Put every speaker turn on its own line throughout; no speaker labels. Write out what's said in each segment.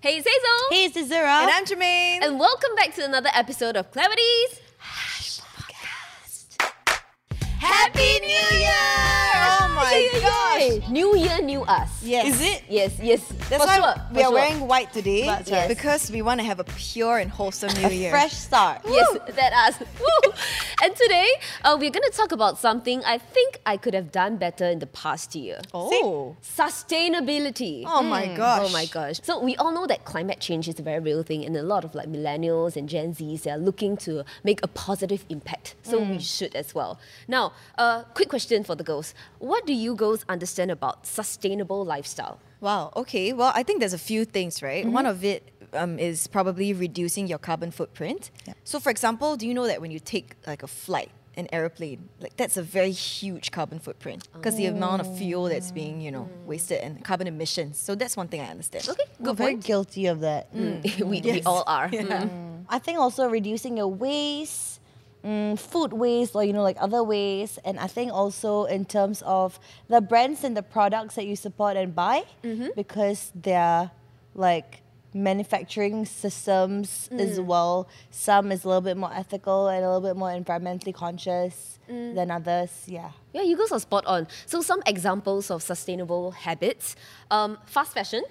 Hey, it's Hazel.
Hey, it's Zero.
And I'm Jermaine.
And welcome back to another episode of Clarities.
Happy New Year! Oh my gosh.
New year, new us.
Yes.
Is it?
Yes, yes.
That's
for
why
sure.
we
for Uh,
are
sure.
wearing white today
That's
right.
because we want to have a pure and wholesome New
a
Year.
fresh start?
Yes, that us. Woo. and today, uh, we're going to talk about something I think I could have done better in the past year.
Oh.
Sustainability.
Oh my gosh.
Oh my gosh. So we all know that climate change is a very real thing and a lot of like millennials and Gen Zs they are looking to make a positive impact. So we should as well. Now, uh, quick question for the girls. What do you girls understand about sustainable lifestyle?
Wow. Okay. Well, I think there's a few things, right?
Mm-hmm.
One of it um, is probably reducing your carbon footprint. So, for example, do you know that when you take like a flight, an airplane, like that's a very huge carbon footprint because the amount of fuel that's being, you know, wasted and carbon emissions. So that's one thing I understand.
Oh. Okay,
We're
good
very
point.
guilty of that.
Mm.
we, we all are. Mm.
I think also reducing your waste, mm, food waste, or you know, like other ways. And I think also in terms of the brands and the products that you support and buy,
Mm-hmm.
because their like manufacturing systems
Mm.
as well. Some is a little bit more ethical and a little bit more environmentally conscious
Mm.
than others. Yeah.
Yeah, you girls are spot on. So some examples of sustainable habits, um, fast fashion,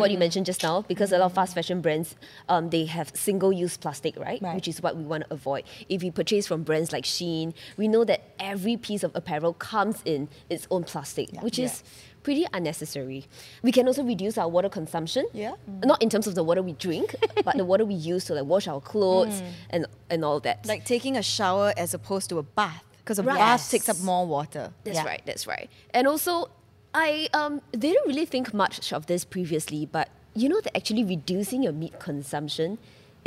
what you mentioned just now, because a lot of fast fashion brands, um, they have single-use plastic, right?
Right.
Which is what we want to avoid. If we purchase from brands like Shein, we know that every piece of apparel comes in its own plastic, which is pretty unnecessary. We can also reduce our water consumption.
Yeah.
Not in terms of the water we drink, but the water we use to like wash our clothes and and all that.
Like taking a shower as opposed to a bath because a
Right.
bath
Yes.
takes up more water.
That's
Yeah.
right. That's right. And also, I um, didn't really think much of this previously, but you know that actually reducing your meat consumption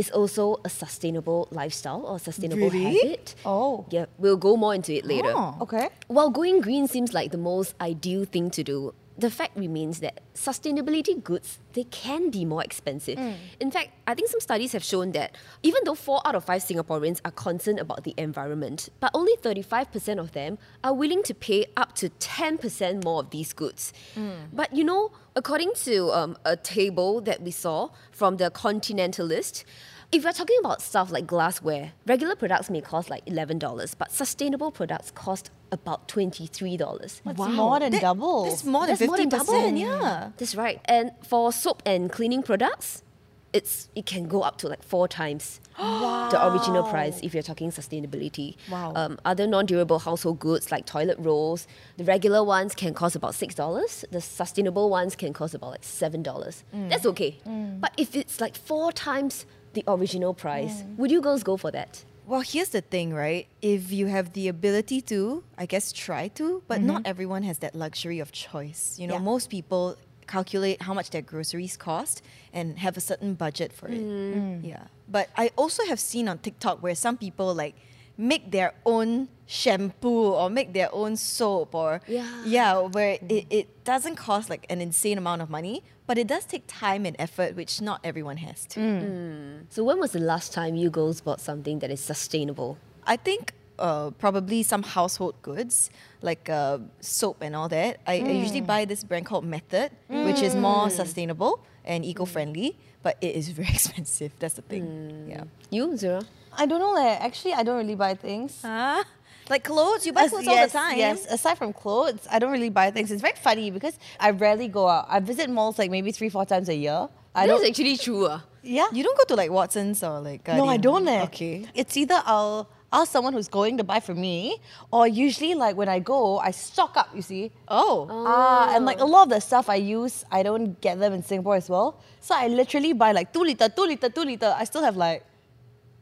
is also a sustainable lifestyle or sustainable
Really?
habit.
Oh.
yeah. We'll go more into it later.
Oh.
Okay.
While going green seems like the most ideal thing to do, the fact remains that sustainability goods they can be more expensive. In fact, I think some studies have shown that even though 4 out of 5 Singaporeans are concerned about the environment, but only 35% of them are willing to pay up to 10% more of these goods. But you know, according to um, a table that we saw from the Continentalist, if we're talking about stuff like glassware, regular products may cost like eleven dollars, but sustainable products cost about twenty-three dollars.
It's more than double.
That's more than
That's more than
fifty
double.
percent. Yeah.
That's right. And for soap and cleaning products, it's it can go up to like four times the original price if you're talking sustainability.
Wow.
Um, other non-durable household goods like toilet rolls, the regular ones can cost about six dollars. The sustainable ones can cost about like seven dollars. That's okay. But if it's like four times the original price, would you girls go for that?
Well, here's the thing, right? If you have the ability to, I guess try to, but not
Mm-hmm.
everyone has that luxury of choice. You know,
Yeah.
most people calculate how much their groceries cost and have a certain budget for it.
Mm-hmm.
Mm. Yeah. But I also have seen on TikTok where some people like make their own shampoo or make their own soap or
Yeah. Mm-hmm.
where it, it doesn't cost like an insane amount of money, but it does take time and effort which not everyone has to.
So when was the last time you girls bought something that is sustainable?
I think uh, probably some household goods like uh, soap and all that. I, I usually
Mm.
buy this brand called Method, which is more sustainable
Mm.
and eco-friendly, but it is very expensive. That's the thing.
Mm.
Yeah.
You, Zura?
I don't know. Like, actually, I don't really buy things.
Huh? Like clothes, you buy
As-
clothes all
yes,
the time.
Yes, aside from clothes, I don't really buy things. It's very funny because I rarely go out. I visit malls like maybe three, four times a year. I don't.
actually true. ah.
yeah.
You don't go to like Watsons or like
no, I
Guardian.
don't. Eh.
Okay.
It's either I'll ask someone who's going to buy for me, or usually like when I go, I stock up. You see.
Oh.
Ah, and like a lot of the stuff I use, I don't get them in Singapore as well. So I literally buy like two liter, two liter, two liter. I still have like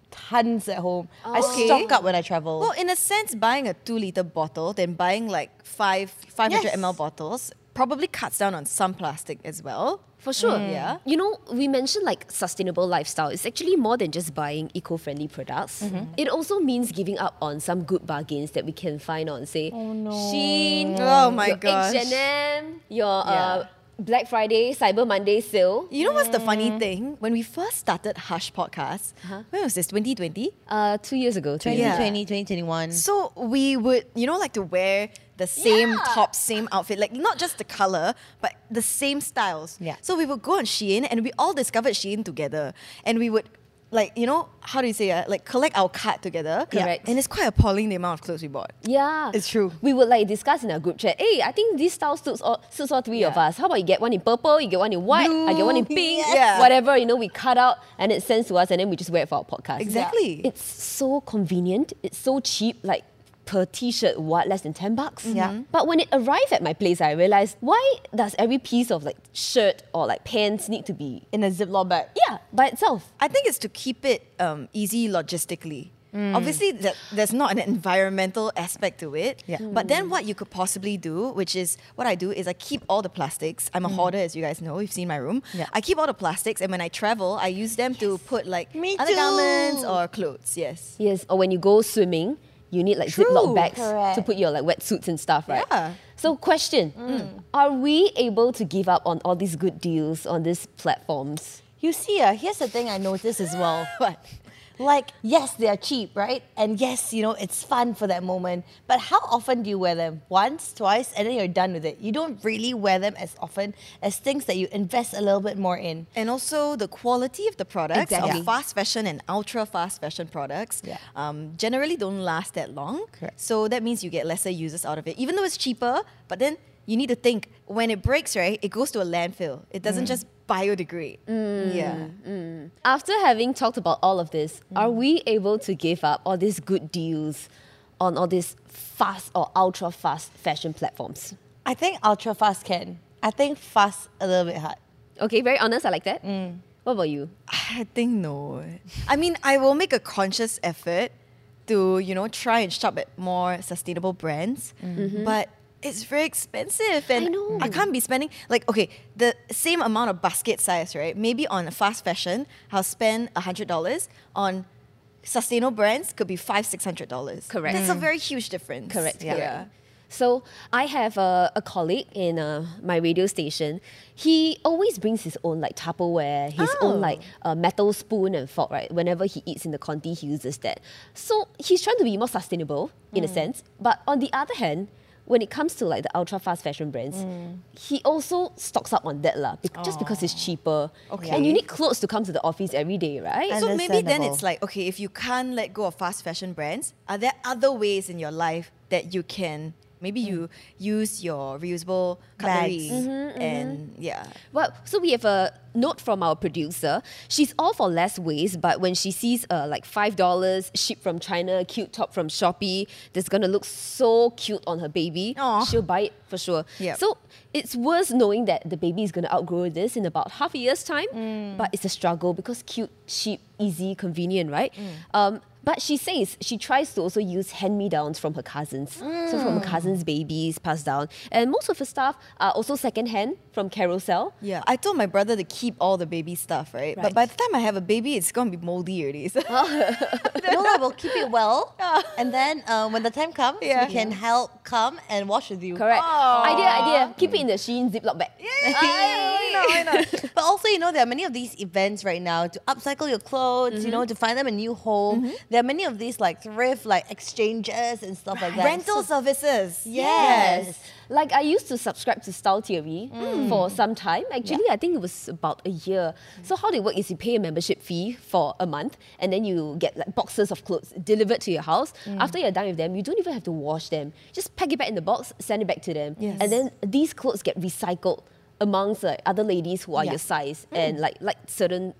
tons at home. I
Okay.
stock up when I travel.
Well, in a sense, buying a two liter bottle than buying like five 500
Yes.
ml bottles probably cuts down on some plastic as well.
For sure.
Yeah.
You know, we mentioned like sustainable lifestyle. It's actually more than just buying eco friendly products.
Mm-hmm.
It also means giving up on some good bargains that we can find on, say, oh, no. Shein,
Oh my
your
gosh.
H&M, your uh,
Yeah.
Black Friday, Cyber Monday sale.
You know what's the funny thing? When we first started Hush Podcast,
Uh-huh.
when was this? 2020?
Uh, two years ago. Two years ago.
Yeah.
2020, 2021.
So we would, you know, like to wear the same
Yeah.
top, same outfit. Like not just the color, but the same styles.
Yeah.
So we would go on Shein and we all discovered Shein together. And we would like, you know, how do you say it? Like collect our card together.
Yeah. Correct.
And it's quite appalling the amount of clothes we bought.
Yeah.
It's true.
We would like discuss in our group chat, hey, I think this style suits all, suits all three of
Yeah.
us. How about you get one in purple, you get one in white, I get one in
Blue.
pink,
Yeah.
whatever, you know, we cut out and it sends to us and then we just wear it for our podcast.
Exactly.
It's so convenient, it's so cheap, like per t-shirt, what, less than 10 bucks?
Yeah. Mhm.
But when it arrived at my place, I realized, why does every piece of like shirt or like pants need to be,
in a Ziploc bag.
yeah, by itself?
I think it's to keep it um, easy logistically.
Mm.
Obviously, th- there's not an environmental aspect to it.
Yeah.
But then, what you could possibly do, which is what I do, is I keep all the plastics. I'm a hoarder, as you guys know. You've seen my room.
Mm. Yeah.
I keep all the plastics, and when I travel, I use them to put like
Me
other garments
too.
or clothes. Yes.
Yes, or when you go swimming, you need like
True,
Ziploc bags
correct.
to put your like wetsuits and stuff, right?
Yeah. Mm.
So, question Are we able to give up on all these good deals on these platforms?
You see, uh, here's the thing I noticed as well.
What?
Like, yes, they are cheap, right? And yes, you know, it's fun for that moment. But how often do you wear them? Once, twice, and then you're done with it. You don't really wear them as often as things that you invest a little bit more in.
And also the quality of the products
Exactly.
of fast fashion and ultra fast fashion products
Yeah.
um, generally don't last that long.
Correct.
So that means you get lesser uses out of it, even though it's cheaper. But then you need to think when it breaks, right? It goes to a landfill. It doesn't
Mm.
just biodegrade. Yeah.
After having talked about all of this,
Mm.
are we able to give up all these good deals on all these fast or ultra fast fashion platforms?
I think ultra fast can. I think fast a little bit hard.
Okay, very honest, I like that.
Mm.
What about you?
I think no. I mean, I will make a conscious effort to, you know, try and shop at more sustainable brands, but it's very expensive and
Mm-hmm. I know.
can't be spending like okay, the same amount of basket size, right? Maybe on fast fashion, I'll spend $100 on sustainable brands could be five six hundred dollars
Correct.
that's a very huge difference
Correct.
yeah,
Correct. So I have a, a colleague in uh, my radio station. He always brings his own like Tupperware, his
Oh.
own like uh, metal spoon and fork. Right, whenever he eats in the Conti, he uses that. So he's trying to be more sustainable in a
Mm.
sense. But on the other hand, when it comes to like the ultra fast fashion brands,
Mm.
he also stocks up on that lah, bec- just because it's cheaper.
Oh. Okay.
And you need clothes to come to the office every day, right?
And-
So maybe then
Understandable.
it's like, okay, if you can't let go of fast fashion brands, are there other ways in your life that you can maybe you use your reusable
Mm. Bags. Mm-hmm,
cutlery and yeah.
Well, so we have a note from our producer. She's all for less waste, but when she sees uh, like five dollars shipped from China, cute top from Shopee that's gonna look so cute on her baby,
Aw.
she'll buy it for sure.
Yep.
So it's worth knowing that the baby is gonna outgrow this in about half a year's time,
Mm.
but it's a struggle because cute, cheap, easy, convenient, right?
Mm.
Um, but she says she tries to also use hand me downs from her cousins. So, from her
Mm.
cousins' babies passed down. And most of her stuff are also secondhand from Carousel.
Yeah. I told my brother to keep all the baby stuff, right? But
Right.
by the time I have a baby, it's gonna be moldy already.
Oh,
So
no, I will keep it well. And then uh, when the time comes,
Yeah.
we can help come and wash with you. Oh,
Correct.
Aw.
Idea, idea. Keep it in the Shein Ziploc bag.
I know, I know.
But also, you know, there are many of these events right now to upcycle your clothes, you know, to find them a new home. There are many of these like thrift, like exchanges and stuff like that.
Rental
So-
services.
yes.
Like I used to subscribe to Style Theory
Mm.
for some time. Actually, I think it was about a year. So how they work is you pay a membership fee for a month, and then you get like boxes of clothes delivered to your house.
Mm.
After you're done with them, you don't even have to wash them. Just pack it back in the box, send it back to them,
Yes.
and then these clothes get recycled amongst like, other ladies who are
Yeah. Mm.
your size and like like certain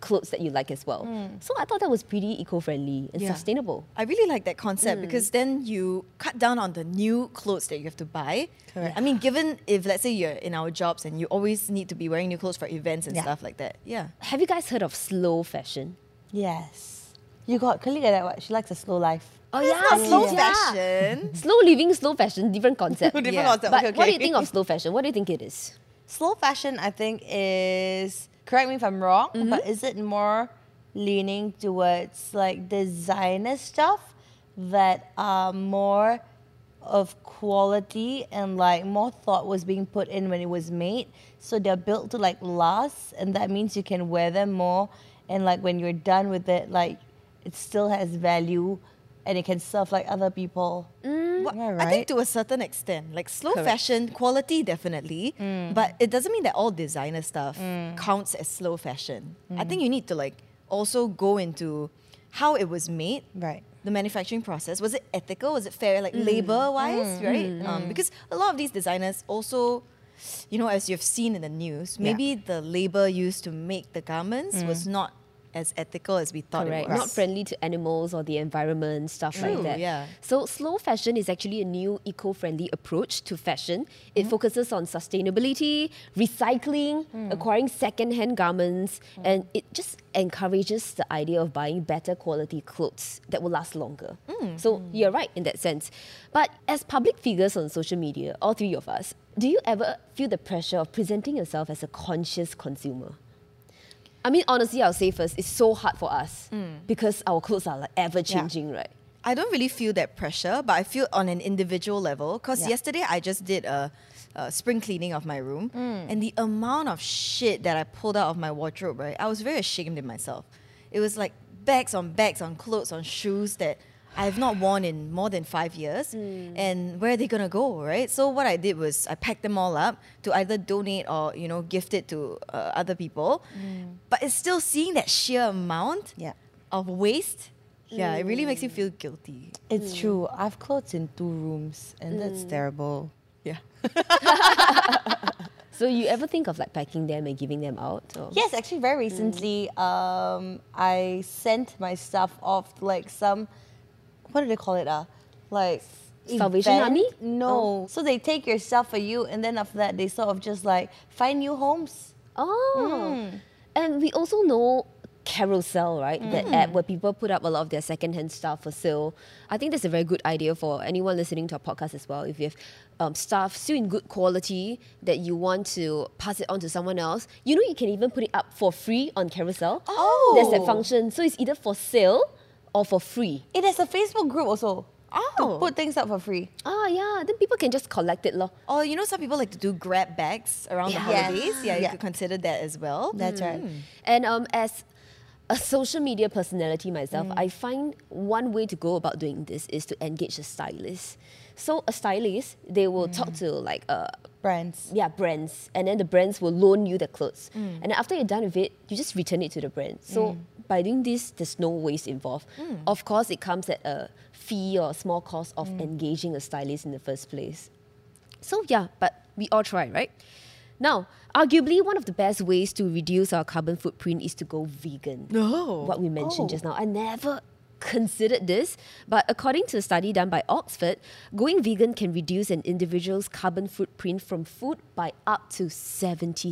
clothes that you like as well. So I thought that was pretty eco-friendly and
Mm. Yeah.
sustainable.
I really like that
Mm.
concept because then you cut down on the new clothes that you have to buy.
Correct.
I mean, given if let's say you're in our jobs and you always need to be wearing new clothes for events and
Yeah.
stuff like that. Yeah.
Have you guys heard of slow fashion?
Yes. You got colleague like that, what? She likes a slow life.
Oh
That's not slow
yeah.
fashion.
Slow living, slow fashion, different concept.
Different
Yeah.
concept,
But
okay,
what do you
okay.
think of slow fashion? What do you think it is?
Slow fashion, I think, is, correct me if I'm wrong, but is it more leaning towards like designer stuff that are more of quality and like more thought was being put in when it was made? So they're built to like last, and that means you can wear them more. And like when you're done with it, like it still has value and it can serve like other people.
Wha-
Yeah,
I
Mm, right?
think to a certain extent, like slow
Correct. Mm.
fashion, quality definitely, but it doesn't mean that all designer stuff counts as slow fashion. I
Mm.
think you need to like also go into how it was made,
Right.
the manufacturing process. Was it ethical? Was it fair?
Mm.
Like labor wise, right? Um, because a lot of these designers also, you know, as you've seen in the news, maybe the labor used to make the garments was not as ethical as we thought
Mm. Correct.
it was.
Not friendly to animals or the environment, stuff
True,
like that.
yeah.
So slow fashion is actually a new eco-friendly approach to fashion. It
Mm-hmm.
focuses on sustainability, recycling,
Mm.
acquiring second-hand garments, and it just encourages the idea of buying better quality clothes that will last longer.
Mm.
So you're right in that sense. But as public figures on social media, all three of us, do you ever feel the pressure of presenting yourself as a conscious consumer? I mean, honestly, I'll say first, it's so hard for us
Mm.
because our clothes are like ever changing, right?
I don't really feel that pressure, but I feel on an individual level. Because
Yeah.
yesterday I just did a, a spring cleaning of my room, and the amount of shit that I pulled out of my wardrobe, right? I was very ashamed of myself. It was like bags on bags on clothes on shoes that I've not worn in more than five years, and where are they gonna go, right? So what I did was I packed them all up to either donate or you know gift it to uh, other people, but it's still seeing that sheer amount
Yeah.
of waste. Yeah, it really makes you feel guilty.
It's true. I've clothes in two rooms, and that's terrible.
Yeah.
So you ever think of like packing them and giving them out? Or?
Yes, actually, very recently, um, I sent my stuff off to, like some, what do they call it? Uh, like
Salvation Army?
No. So they take your stuff for you, and then after that, they sort of just like find new homes.
Oh. And we also know Carousel, right? That app where people put up a lot of their secondhand stuff for sale. I think that's a very good idea for anyone listening to our podcast as well. If you have um, stuff still in good quality that you want to pass it on to someone else, you know you can even put it up for free on Carousel.
Oh.
There's that function. So it's either for sale or for free.
It has a Facebook group also.
Oh.
To put things up for free.
Ah, yeah. Then people can just collect it, lor.
Or Oh, you know, some people like to do grab bags around the
Yes.
holidays. Yeah, you
Yeah.
could consider that as well. Hmm.
That's right.
And um, as a social media personality myself, I find one way to go about doing this is to engage a stylist. So a stylist, they will talk to like uh,
Brands.
yeah brands, and then the brands will loan you the clothes, and then after you're done with it, you just return it to the brand. So by doing this, there's no waste involved. Of course, it comes at a fee or a small cost of engaging a stylist in the first place. So yeah, but we all try, right? Now, arguably one of the best ways to reduce our carbon footprint is to go vegan.
Oh.
No.
What we mentioned
Oh.
just now. I never considered this, but according to a study done by Oxford, going vegan can reduce an individual's carbon footprint from food by up to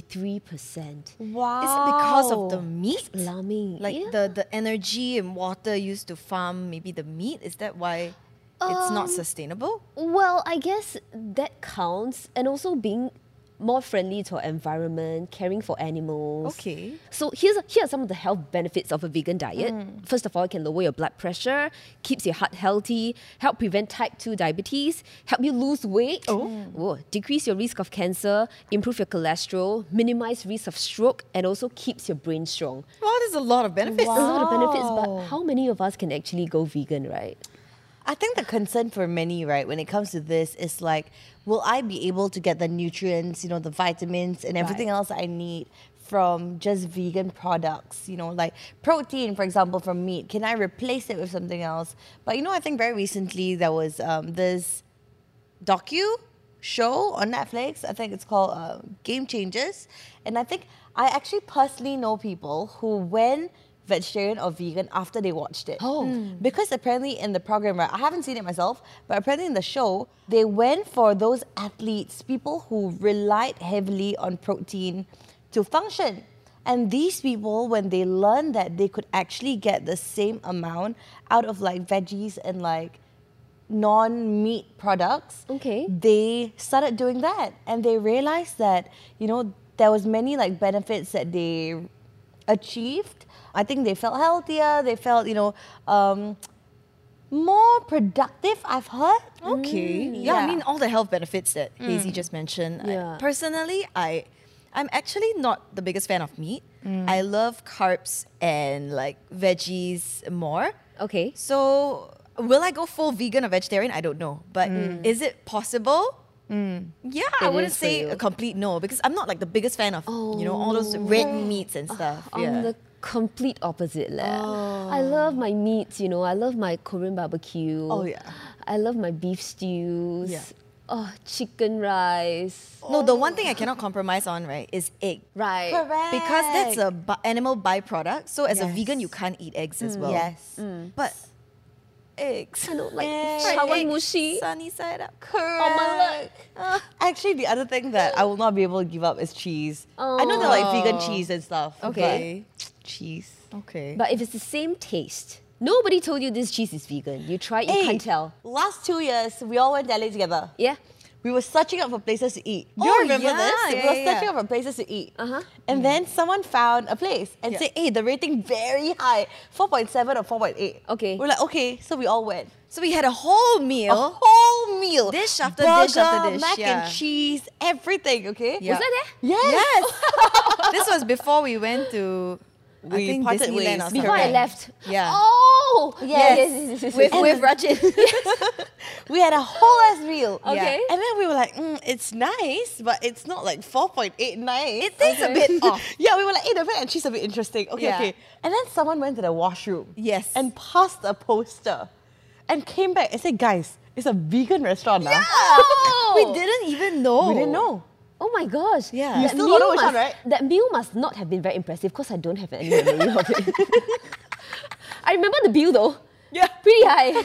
73%.
Wow.
Is it because of the meat?
Alarming.
Mm. Like
yeah.
the, the energy and water used to farm maybe the meat? Is that why it's
Um,
not sustainable?
Well, I guess that counts, and also being more friendly to our environment, caring for animals.
Okay.
So here's here are some of the health benefits of a vegan diet. First of all, it can lower your blood pressure, keeps your heart healthy, help prevent type two diabetes, help you lose weight, oh. decrease your risk of cancer, improve your cholesterol, minimize risk of stroke, and also keeps your brain strong.
Wow, there's a lot of benefits.
There's a lot of benefits, but how many of us can actually go vegan, right?
I think the concern for many, right, when it comes to this is like, will I be able to get the nutrients, you know, the vitamins and everything
Right.
else I need from just vegan products, you know, like protein, for example, from meat? Can I replace it with something else? But you know, I think very recently there was um, this docu show on Netflix. I think it's called uh, Game Changers, and I think I actually personally know people who went vegetarian or vegan after they watched it.
Oh.
because apparently in the program, right? I haven't seen it myself, but apparently in the show, they went for those athletes, people who relied heavily on protein to function. And these people, when they learned that they could actually get the same amount out of like veggies and like non meat products
Okay.
they started doing that and they realized that you know there was many like benefits that they achieved i think they felt healthier they felt you know um more productive i've heard
Okay.
Mm,
yeah, I
yeah.
mean all the health benefits that Hazy just mentioned. I-
Mm. Yeah.
personally, I I'm actually not the biggest fan of meat.
Mm.
I love carbs and like veggies more.
Okay.
So Will I go full vegan or vegetarian? I don't know. But is it possible? Yeah, I
Mm. It
wouldn't
is for
say
you.
a complete no because I'm not like the biggest fan of you know all those red meats and stuff.
I'm
yeah.
Oh.
Oh.
the complete opposite leh. I love my meats, you know. I love my Korean barbecue.
Oh, yeah.
I love my beef stews.
Yeah.
Oh, chicken rice.
No, the one thing I cannot compromise on, right, is egg.
Right.
Correct.
Because that's a bi- animal byproduct. So as a
Yes. Mm.
vegan, you can't eat eggs as well. Mm.
Yes.
But eggs.
I know, like
Egg.
chawan mushi.
Sunny side up.
Oh,
Omelette.
Uh, Actually, the other thing that I will not be able to give up is cheese. I know they're like vegan cheese and stuff. but
Oh. Okay.
cheese.
Okay.
But if it's the same taste, nobody told you this cheese is vegan. You try, it, you
Hey,
can't tell.
Last two years, we all went to LA together.
Yeah.
We were searching up for places to eat. Do
you
you
remember
remember
this?
this?
Oh, Yeah,
we were
yeah,
searching
yeah.
up for places to eat.
Uh-huh.
And then someone found a place and
Yeah.
said, hey, the rating very high, 4.7 or 4.8.
Okay.
We're like, okay, so we all went.
so we had a whole meal.
A whole meal.
Oh. Dish after
Burger,
dish after dish,
mac
yeah.
and cheese, everything, okay?
Yeah.
Was that there?
Yes.
Yes. this was before we went to I
We
think
parted ways.
Disneyland or something.
Before I
Correct.
left.
Yeah.
Oh!
Yes.
yes, yes.
With
yes.
with Rajin.
We had a whole ass meal.
Okay.
And then we were like, mm, it's nice, but it's not like 4.89. It
tastes a Okay. bit off.
yeah, we were like, "Eh, hey, the bread and cheese a bit interesting. Okay,
Yeah.
okay. And then someone went to the washroom.
Yes.
And passed a poster and came back and said, guys, it's a vegan restaurant now.
Oh! we didn't even know.
We didn't know.
Oh my gosh.
Yeah. You
That
still don't know
meal
which one,
must-
right?
That meal must not have been very impressive because I don't have any memory of it. I remember the bill though.
Yeah.
Pretty high.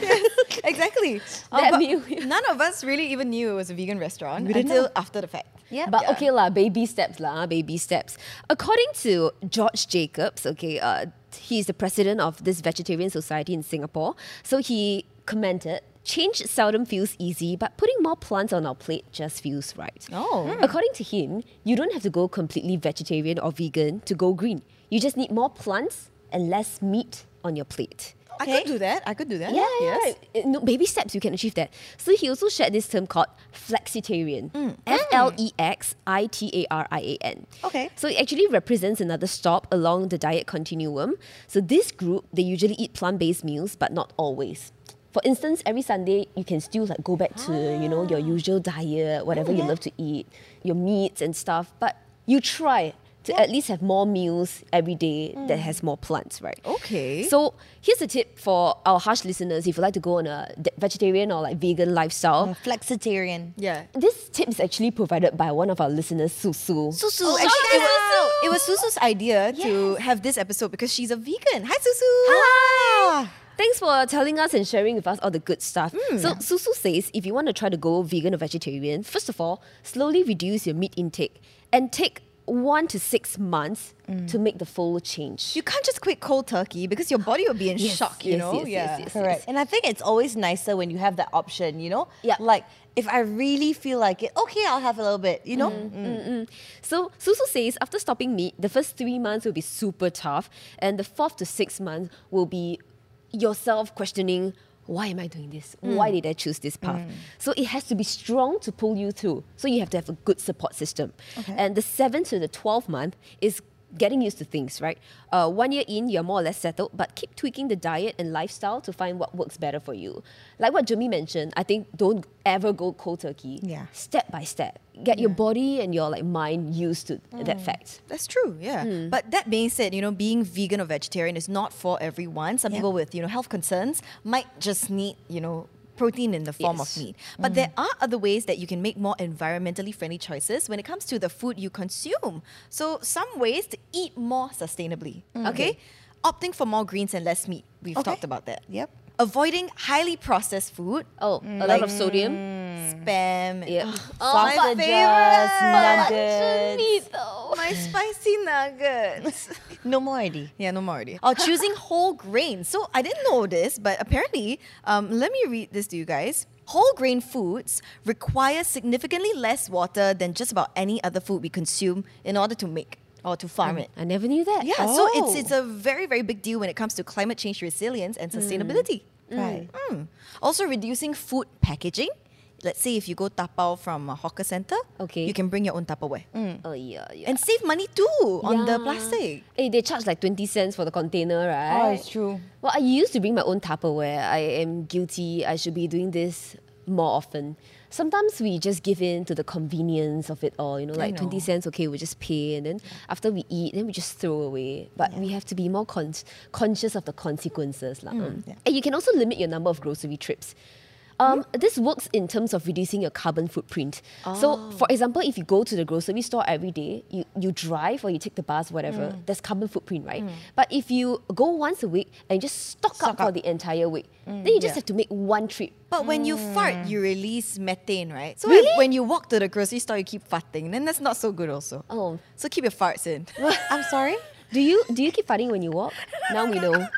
Exactly.
That
but
meal, yeah.
None of us really even knew it was a vegan restaurant
We didn't
until
know.
after the fact.
Yeah. But okay lah, baby steps lah, baby steps. According to George Jacobs, okay, uh, he's the president of this vegetarian society in Singapore. So he commented, change seldom feels easy, but putting more plants on our plate just feels right. Hmm.
Oh.
According to him, you don't have to go completely vegetarian or vegan to go green. You just need more plants and less meat on your plate.
I could do that. I could do that.
Yeah, yeah,
yes.
yeah. Uh, No, baby steps, you can achieve that. So he also shared this term called flexitarian.
Mm. Ah.
F L E X I T A R I A N.
Okay.
So it actually represents another stop along the diet continuum. So this group, they usually eat plant-based meals, but not always. For instance, every Sunday you can still like go back to you know your
Ah.
usual diet,
Oh,
whatever you love to eat, your meats and stuff. But you try to at least have more meals every day that has more plants, right?
Mm. Okay.
So here's a tip for our harsh listeners if you like to go on a de- vegetarian or like vegan lifestyle.
Flexitarian.
Yeah.
This tip is actually provided by one of our listeners, Susu.
Susu,
Oh,
actually,
shout out
it, was, it was Susu's idea to have this episode because she's a vegan. Hi, Susu. Hi.
Thanks for telling us and sharing with us all the good stuff. So Susu says if you want to try to go vegan or vegetarian, first of all, slowly reduce your meat intake and take one to six months to make the full change.
You can't just quit cold turkey because your body will be in
Yes,
shock, you
yes,
know?
yes,
yeah.
yes, yes.
Correct. And I think it's always nicer when you have that option, you know?
Yeah.
Like, if I really feel like it, okay, I'll have a little bit, you know?
Mm-hmm.
So Susu says after stopping meat, the first three months will be super tough, and the fourth to sixth month will be yourself questioning why am I doing this? Why did I choose this path? So it has to be strong to pull you through. So you have to have a good support system. And the seventh to the twelfth month is getting used to things, right? Uh, one year in, you're more or less settled, but keep tweaking the diet and lifestyle to find what works better for you. Like what Jimmy mentioned, I think don't ever go cold turkey.
Yeah.
Step by step. Get your body and your like mind used to
Mm.
that fact.
That's true, yeah. But that being said, you know, being vegan or vegetarian is not for everyone. Some people with, you know, health concerns might just need, you know, protein in the form
Yes.
of meat. But there are other ways that you can make more environmentally friendly choices when it comes to the food you consume. So some ways to eat more sustainably, okay? Opting for more greens and less meat. We've
Okay.
talked about that.
Yep.
Avoiding highly processed food,
Oh,
Mm.
a lot of sodium.
spam,
Yep.
my
Sausages,
favorite.
nuggets.
my spicy nuggets.
No more already.
Yeah, no more already. Oh, choosing whole grains. So I didn't know this, but apparently, um, let me read this to you guys. Whole grain foods require significantly less water than just about any other food we consume in order to make or to farm it.
I never knew that.
Yeah, so it's it's a very very big deal when it comes to climate Hmm. change resilience and sustainability. Hmm.
Right.
Mm. Also, reducing food packaging. let's say if you go tapao from a hawker center,
Okay.
you can bring your own Tupperware Mm.
Oh yeah, yeah.
and save money too on the
Yeah.
plastic.
Eh, they charge like 20 cents for the container, right?
Oh, it's true.
Well, I used to bring my own Tupperware. I am guilty. I should be doing this more often. Sometimes we just give in to the convenience of it all, you know, like 20
know.
cents, okay, we just pay. And then after we eat, then we just throw away. But we have to be more con- conscious of the consequences. lah. mm, And you can also limit your number of grocery trips. Um, This works in terms of reducing your carbon footprint. So, for example, if you go to the grocery store every day, you, you drive or you take the bus, whatever, there's carbon footprint, right? But if you go once a week and just Mm. stock, up, Mm, for the entire week, then you just have to make one trip.
But when you fart, you release methane, right? So
Really?
when you walk to the grocery store, you keep farting. Then that's not so good, also.
Oh.
So keep your farts in.
I'm sorry.
Do you do you keep farting when you walk? Now we know.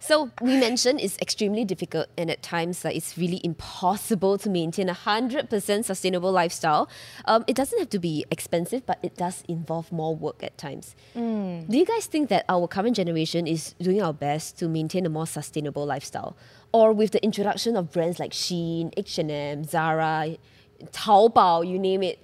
So we mentioned it's extremely difficult and at times like it's really impossible to maintain a hundred percent sustainable lifestyle. Um, it doesn't have to be expensive, but it does involve more work at times. Do you guys think that our current generation is doing our best to maintain a more sustainable lifestyle, or with the introduction of brands like Shein, H and M, Zara, Taobao, you name it?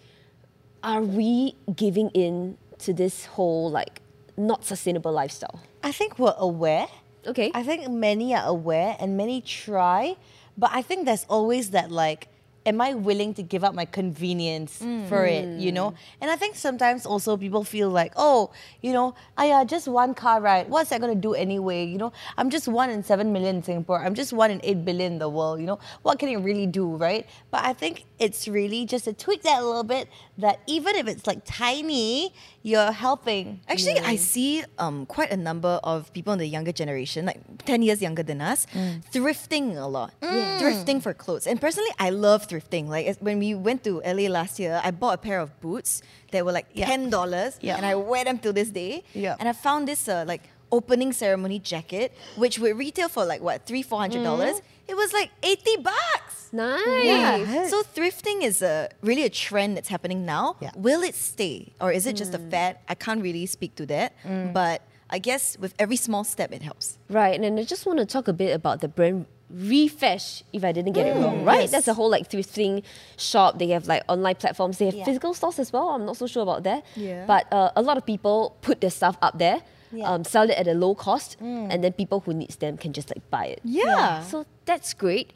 are we giving in to this whole like not sustainable lifestyle?
I think we're aware.
Okay.
I think many are aware and many try, but I think there's always that like, am I willing to give up my convenience for it, you know? And I think sometimes also people feel like, oh, you know, I just one car ride. What's that gonna do anyway? You know, I'm just one in seven million in Singapore. I'm just one in eight billion in the world, you know? What can it really do, right? But I think it's really just to tweak that a little bit that even if it's like tiny, you're helping.
Actually, I see um, quite a number of people in the younger generation, like 10 years younger than us,
Mm.
thrifting a lot. Thrifting for clothes. And personally, I love thrifting. Like it's- when we went to LA last year, I bought a pair of boots that were like $10
Yeah.
and I wear them till this day.
Yeah.
And I found this uh, like opening ceremony jacket, which would retail for like what, three, four hundred dollars.
Mm.
It was like 80 bucks.
Nice.
Yeah. So thrifting is a really a trend that's happening now.
Yeah.
Will it stay or is it just a fad? I can't really speak to that, but I guess with every small step it helps.
Right, and then I just want to talk a bit about the brand Refresh, if I didn't get it wrong, right?
Mm, yes.
That's a whole like thrifting shop. They have like online platforms. They have
Yeah.
physical stores as well. I'm not so sure about that.
Yeah.
But uh, a lot of people put their stuff up there,
Yeah.
um, sell it at a low cost, and then people who needs them can just like buy it.
Mm. Yeah.
So that's great.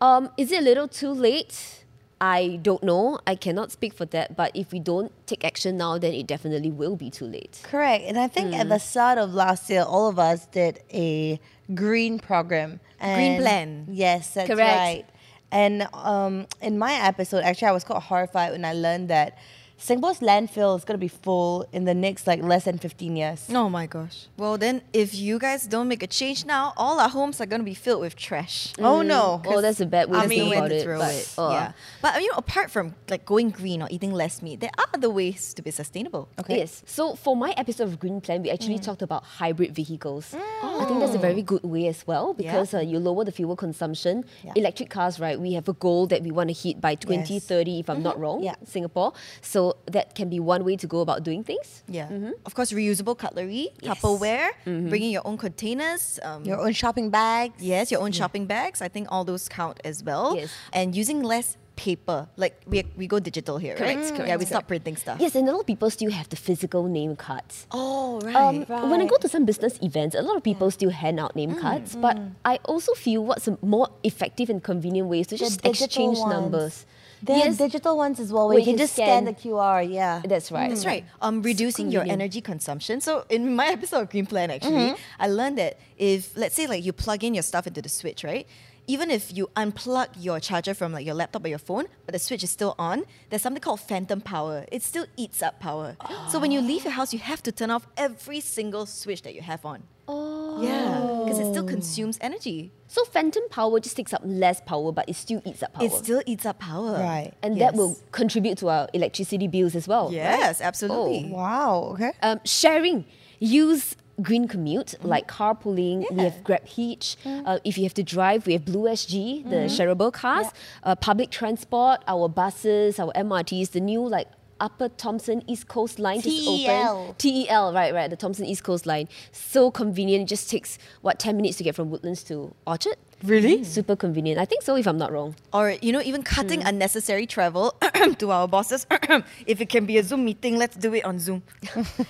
Um, is it a little too late? I don't know. I cannot speak for that. But if we don't take action now, then it definitely will be too late.
Correct. And I think at the start of last year, all of us did a green program. And-
plan.
Yes, that's
Correct.
right. And um, in my episode, actually, I was quite horrified when I learned that Singapore's landfill is going to be full in the next like less than 15 years.
Oh my gosh. Well, then if you guys don't make a change now, all our homes are going to be filled with trash.
Oh no.
Oh, that's a bad way
I
to
mean,
think about it.
throw
but,
it.
uh,
yeah. But I mean, apart from like going green or eating less meat, there are other ways to be sustainable.
Yes. So for my episode of Green Plan, we
Mm.
actually talked about hybrid vehicles. I think that's a
Oh.
very good way as well because uh, you lower the fuel consumption.
Yeah.
Electric cars, right? We have a goal that we want to hit by 2030, if I'm not wrong,
Mm-hmm. Yeah.
Singapore. So that can be one way to go about doing things.
Yeah. Of course, reusable cutlery, Tupperware, bringing your own containers, um,
Your own shopping bags.
Yes, your own shopping bags. I think all those count as well.
Mm. Yes.
And using less paper. Like we, we go digital here, right?
Correct,
Yeah,
correct.
we stop printing stuff.
Yes, and a lot of people still have the physical name cards.
Oh, right.
Um, When I go to some business events, a lot of people still hand out
Mm,
name cards, but I also feel what's a more effective and convenient ways to just
digital
exchange
ones.
numbers.
There are digital ones as well where
Where
you can,
you can
just
scan.
scan. the QR. Yeah.
That's right.
That's right. Um, reducing your
convenient.
energy consumption. So in my episode of Green Plan, actually, I learned that if let's say like you plug in your stuff into the switch, right? Even if you unplug your charger from like your laptop or your phone, but the switch is still on, there's something called phantom power. It still eats up power. So when you leave your house, you have to turn off every single switch that you have on. Oh. Yeah, because it still consumes energy.
So phantom power just takes up less power, but it still eats up power.
It still eats up power.
Right.
and that will contribute to our electricity bills as well. right?
Yes,
Oh,
absolutely.
Wow. Okay.
Um, sharing, use green commute
Mm-hmm.
like carpooling. We have Grab Hitch.
Mm.
Uh, if you have to drive, we have Blue SG,
Mm-hmm.
the shareable cars. Uh, public transport, our buses, our MRTs, the new like Upper Thompson East Coast Line just
E
TEL.
opened. TEL, right, right, the Thompson East Coast Line. So convenient. It just takes, what, 10 minutes to get from Woodlands to Orchard?
Really?
Super convenient. I think so, if I'm not wrong.
Or, you know, even cutting
Hmm.
unnecessary travel to our bosses. if it can be a Zoom meeting, let's do it on Zoom.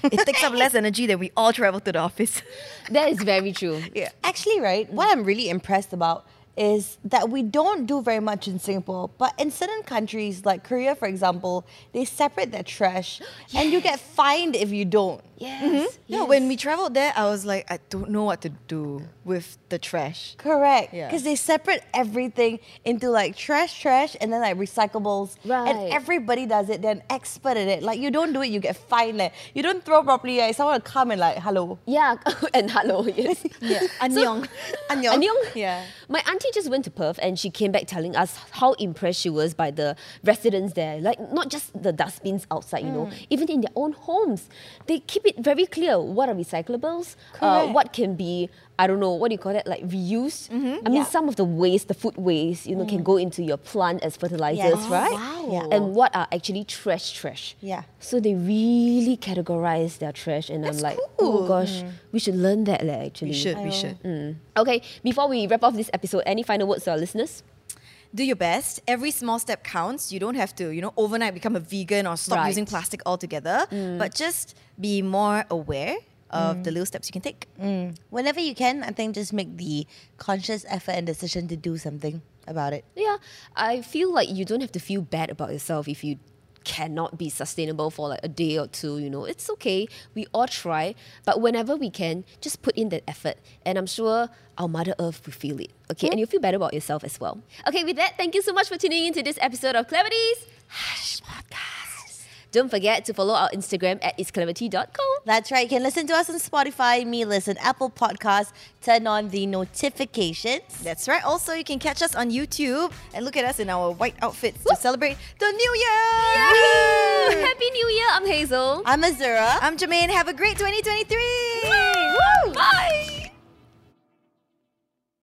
it takes up less energy than we all travel to the office.
That is very true.
Yeah.
Actually, right, what I'm really impressed about is that we don't do very much in Singapore, but in certain countries like Korea, for example, they separate their trash and you get fined if you don't.
Yes.
Yeah, when we traveled there, I was like, I don't know what to do with the trash.
Correct.
Yeah.
Because they separate everything into like trash, trash, and then like recyclables.
Right.
And everybody does it. They're an expert at it. Like you don't do it, you get fined. Like, you don't throw properly. Like, someone will come and like, hello.
Yeah, and hello, yes. Yeah,
Annyeong.
Annyeong.
Yeah.
My auntie just went to Perth and she came back telling us how impressed she was by the residents there. Like, not just the dustbins outside, you know, even in their own homes. They keep it very clear what are recyclables, uh,
Correct.
what can be, I don't know, what do you call that, like reused. I mean,
Yeah.
some of the waste, the food waste, you know, can go into your plant as fertilizers,
Yes. Oh,
right?
Wow. Yeah.
And what are actually trash, trash.
Yeah.
So they really categorize their trash, and I'm
That's
like,
cool. Mm.
oh gosh, we should learn that, leh, actually. Mm.
We should, we should.
Hmm. Okay, before we wrap off this episode, any final words to our listeners?
do your best. Every small step counts. You don't have to, you know, overnight become a vegan or stop
Right. Hmm.
using plastic altogether. But just be more aware of the little steps you can take.
Whenever you can, I think just make the conscious effort and decision to do something about it.
Yeah, I feel like you don't have to feel bad about yourself if you cannot be sustainable for like a day or two, you know. It's okay. We all try, but whenever we can, just put in that effort. And I'm sure our Mother Earth will feel it. Okay, and you'll feel better about yourself as well. Okay, with that, thank you so much for tuning in to this episode of Cleverty's Hush Podcast. Don't forget to follow our Instagram at iscleverty.com.
That's right. You can listen to us on Spotify, Me Listen, Apple Podcasts. Turn on the notifications.
That's right. Also, you can catch us on YouTube and look at us in our white outfits to celebrate the new year. Woohoo!
Happy New Year, I'm Hazel.
I'm Azura.
I'm Jermaine. Have a great 2023.
Bye!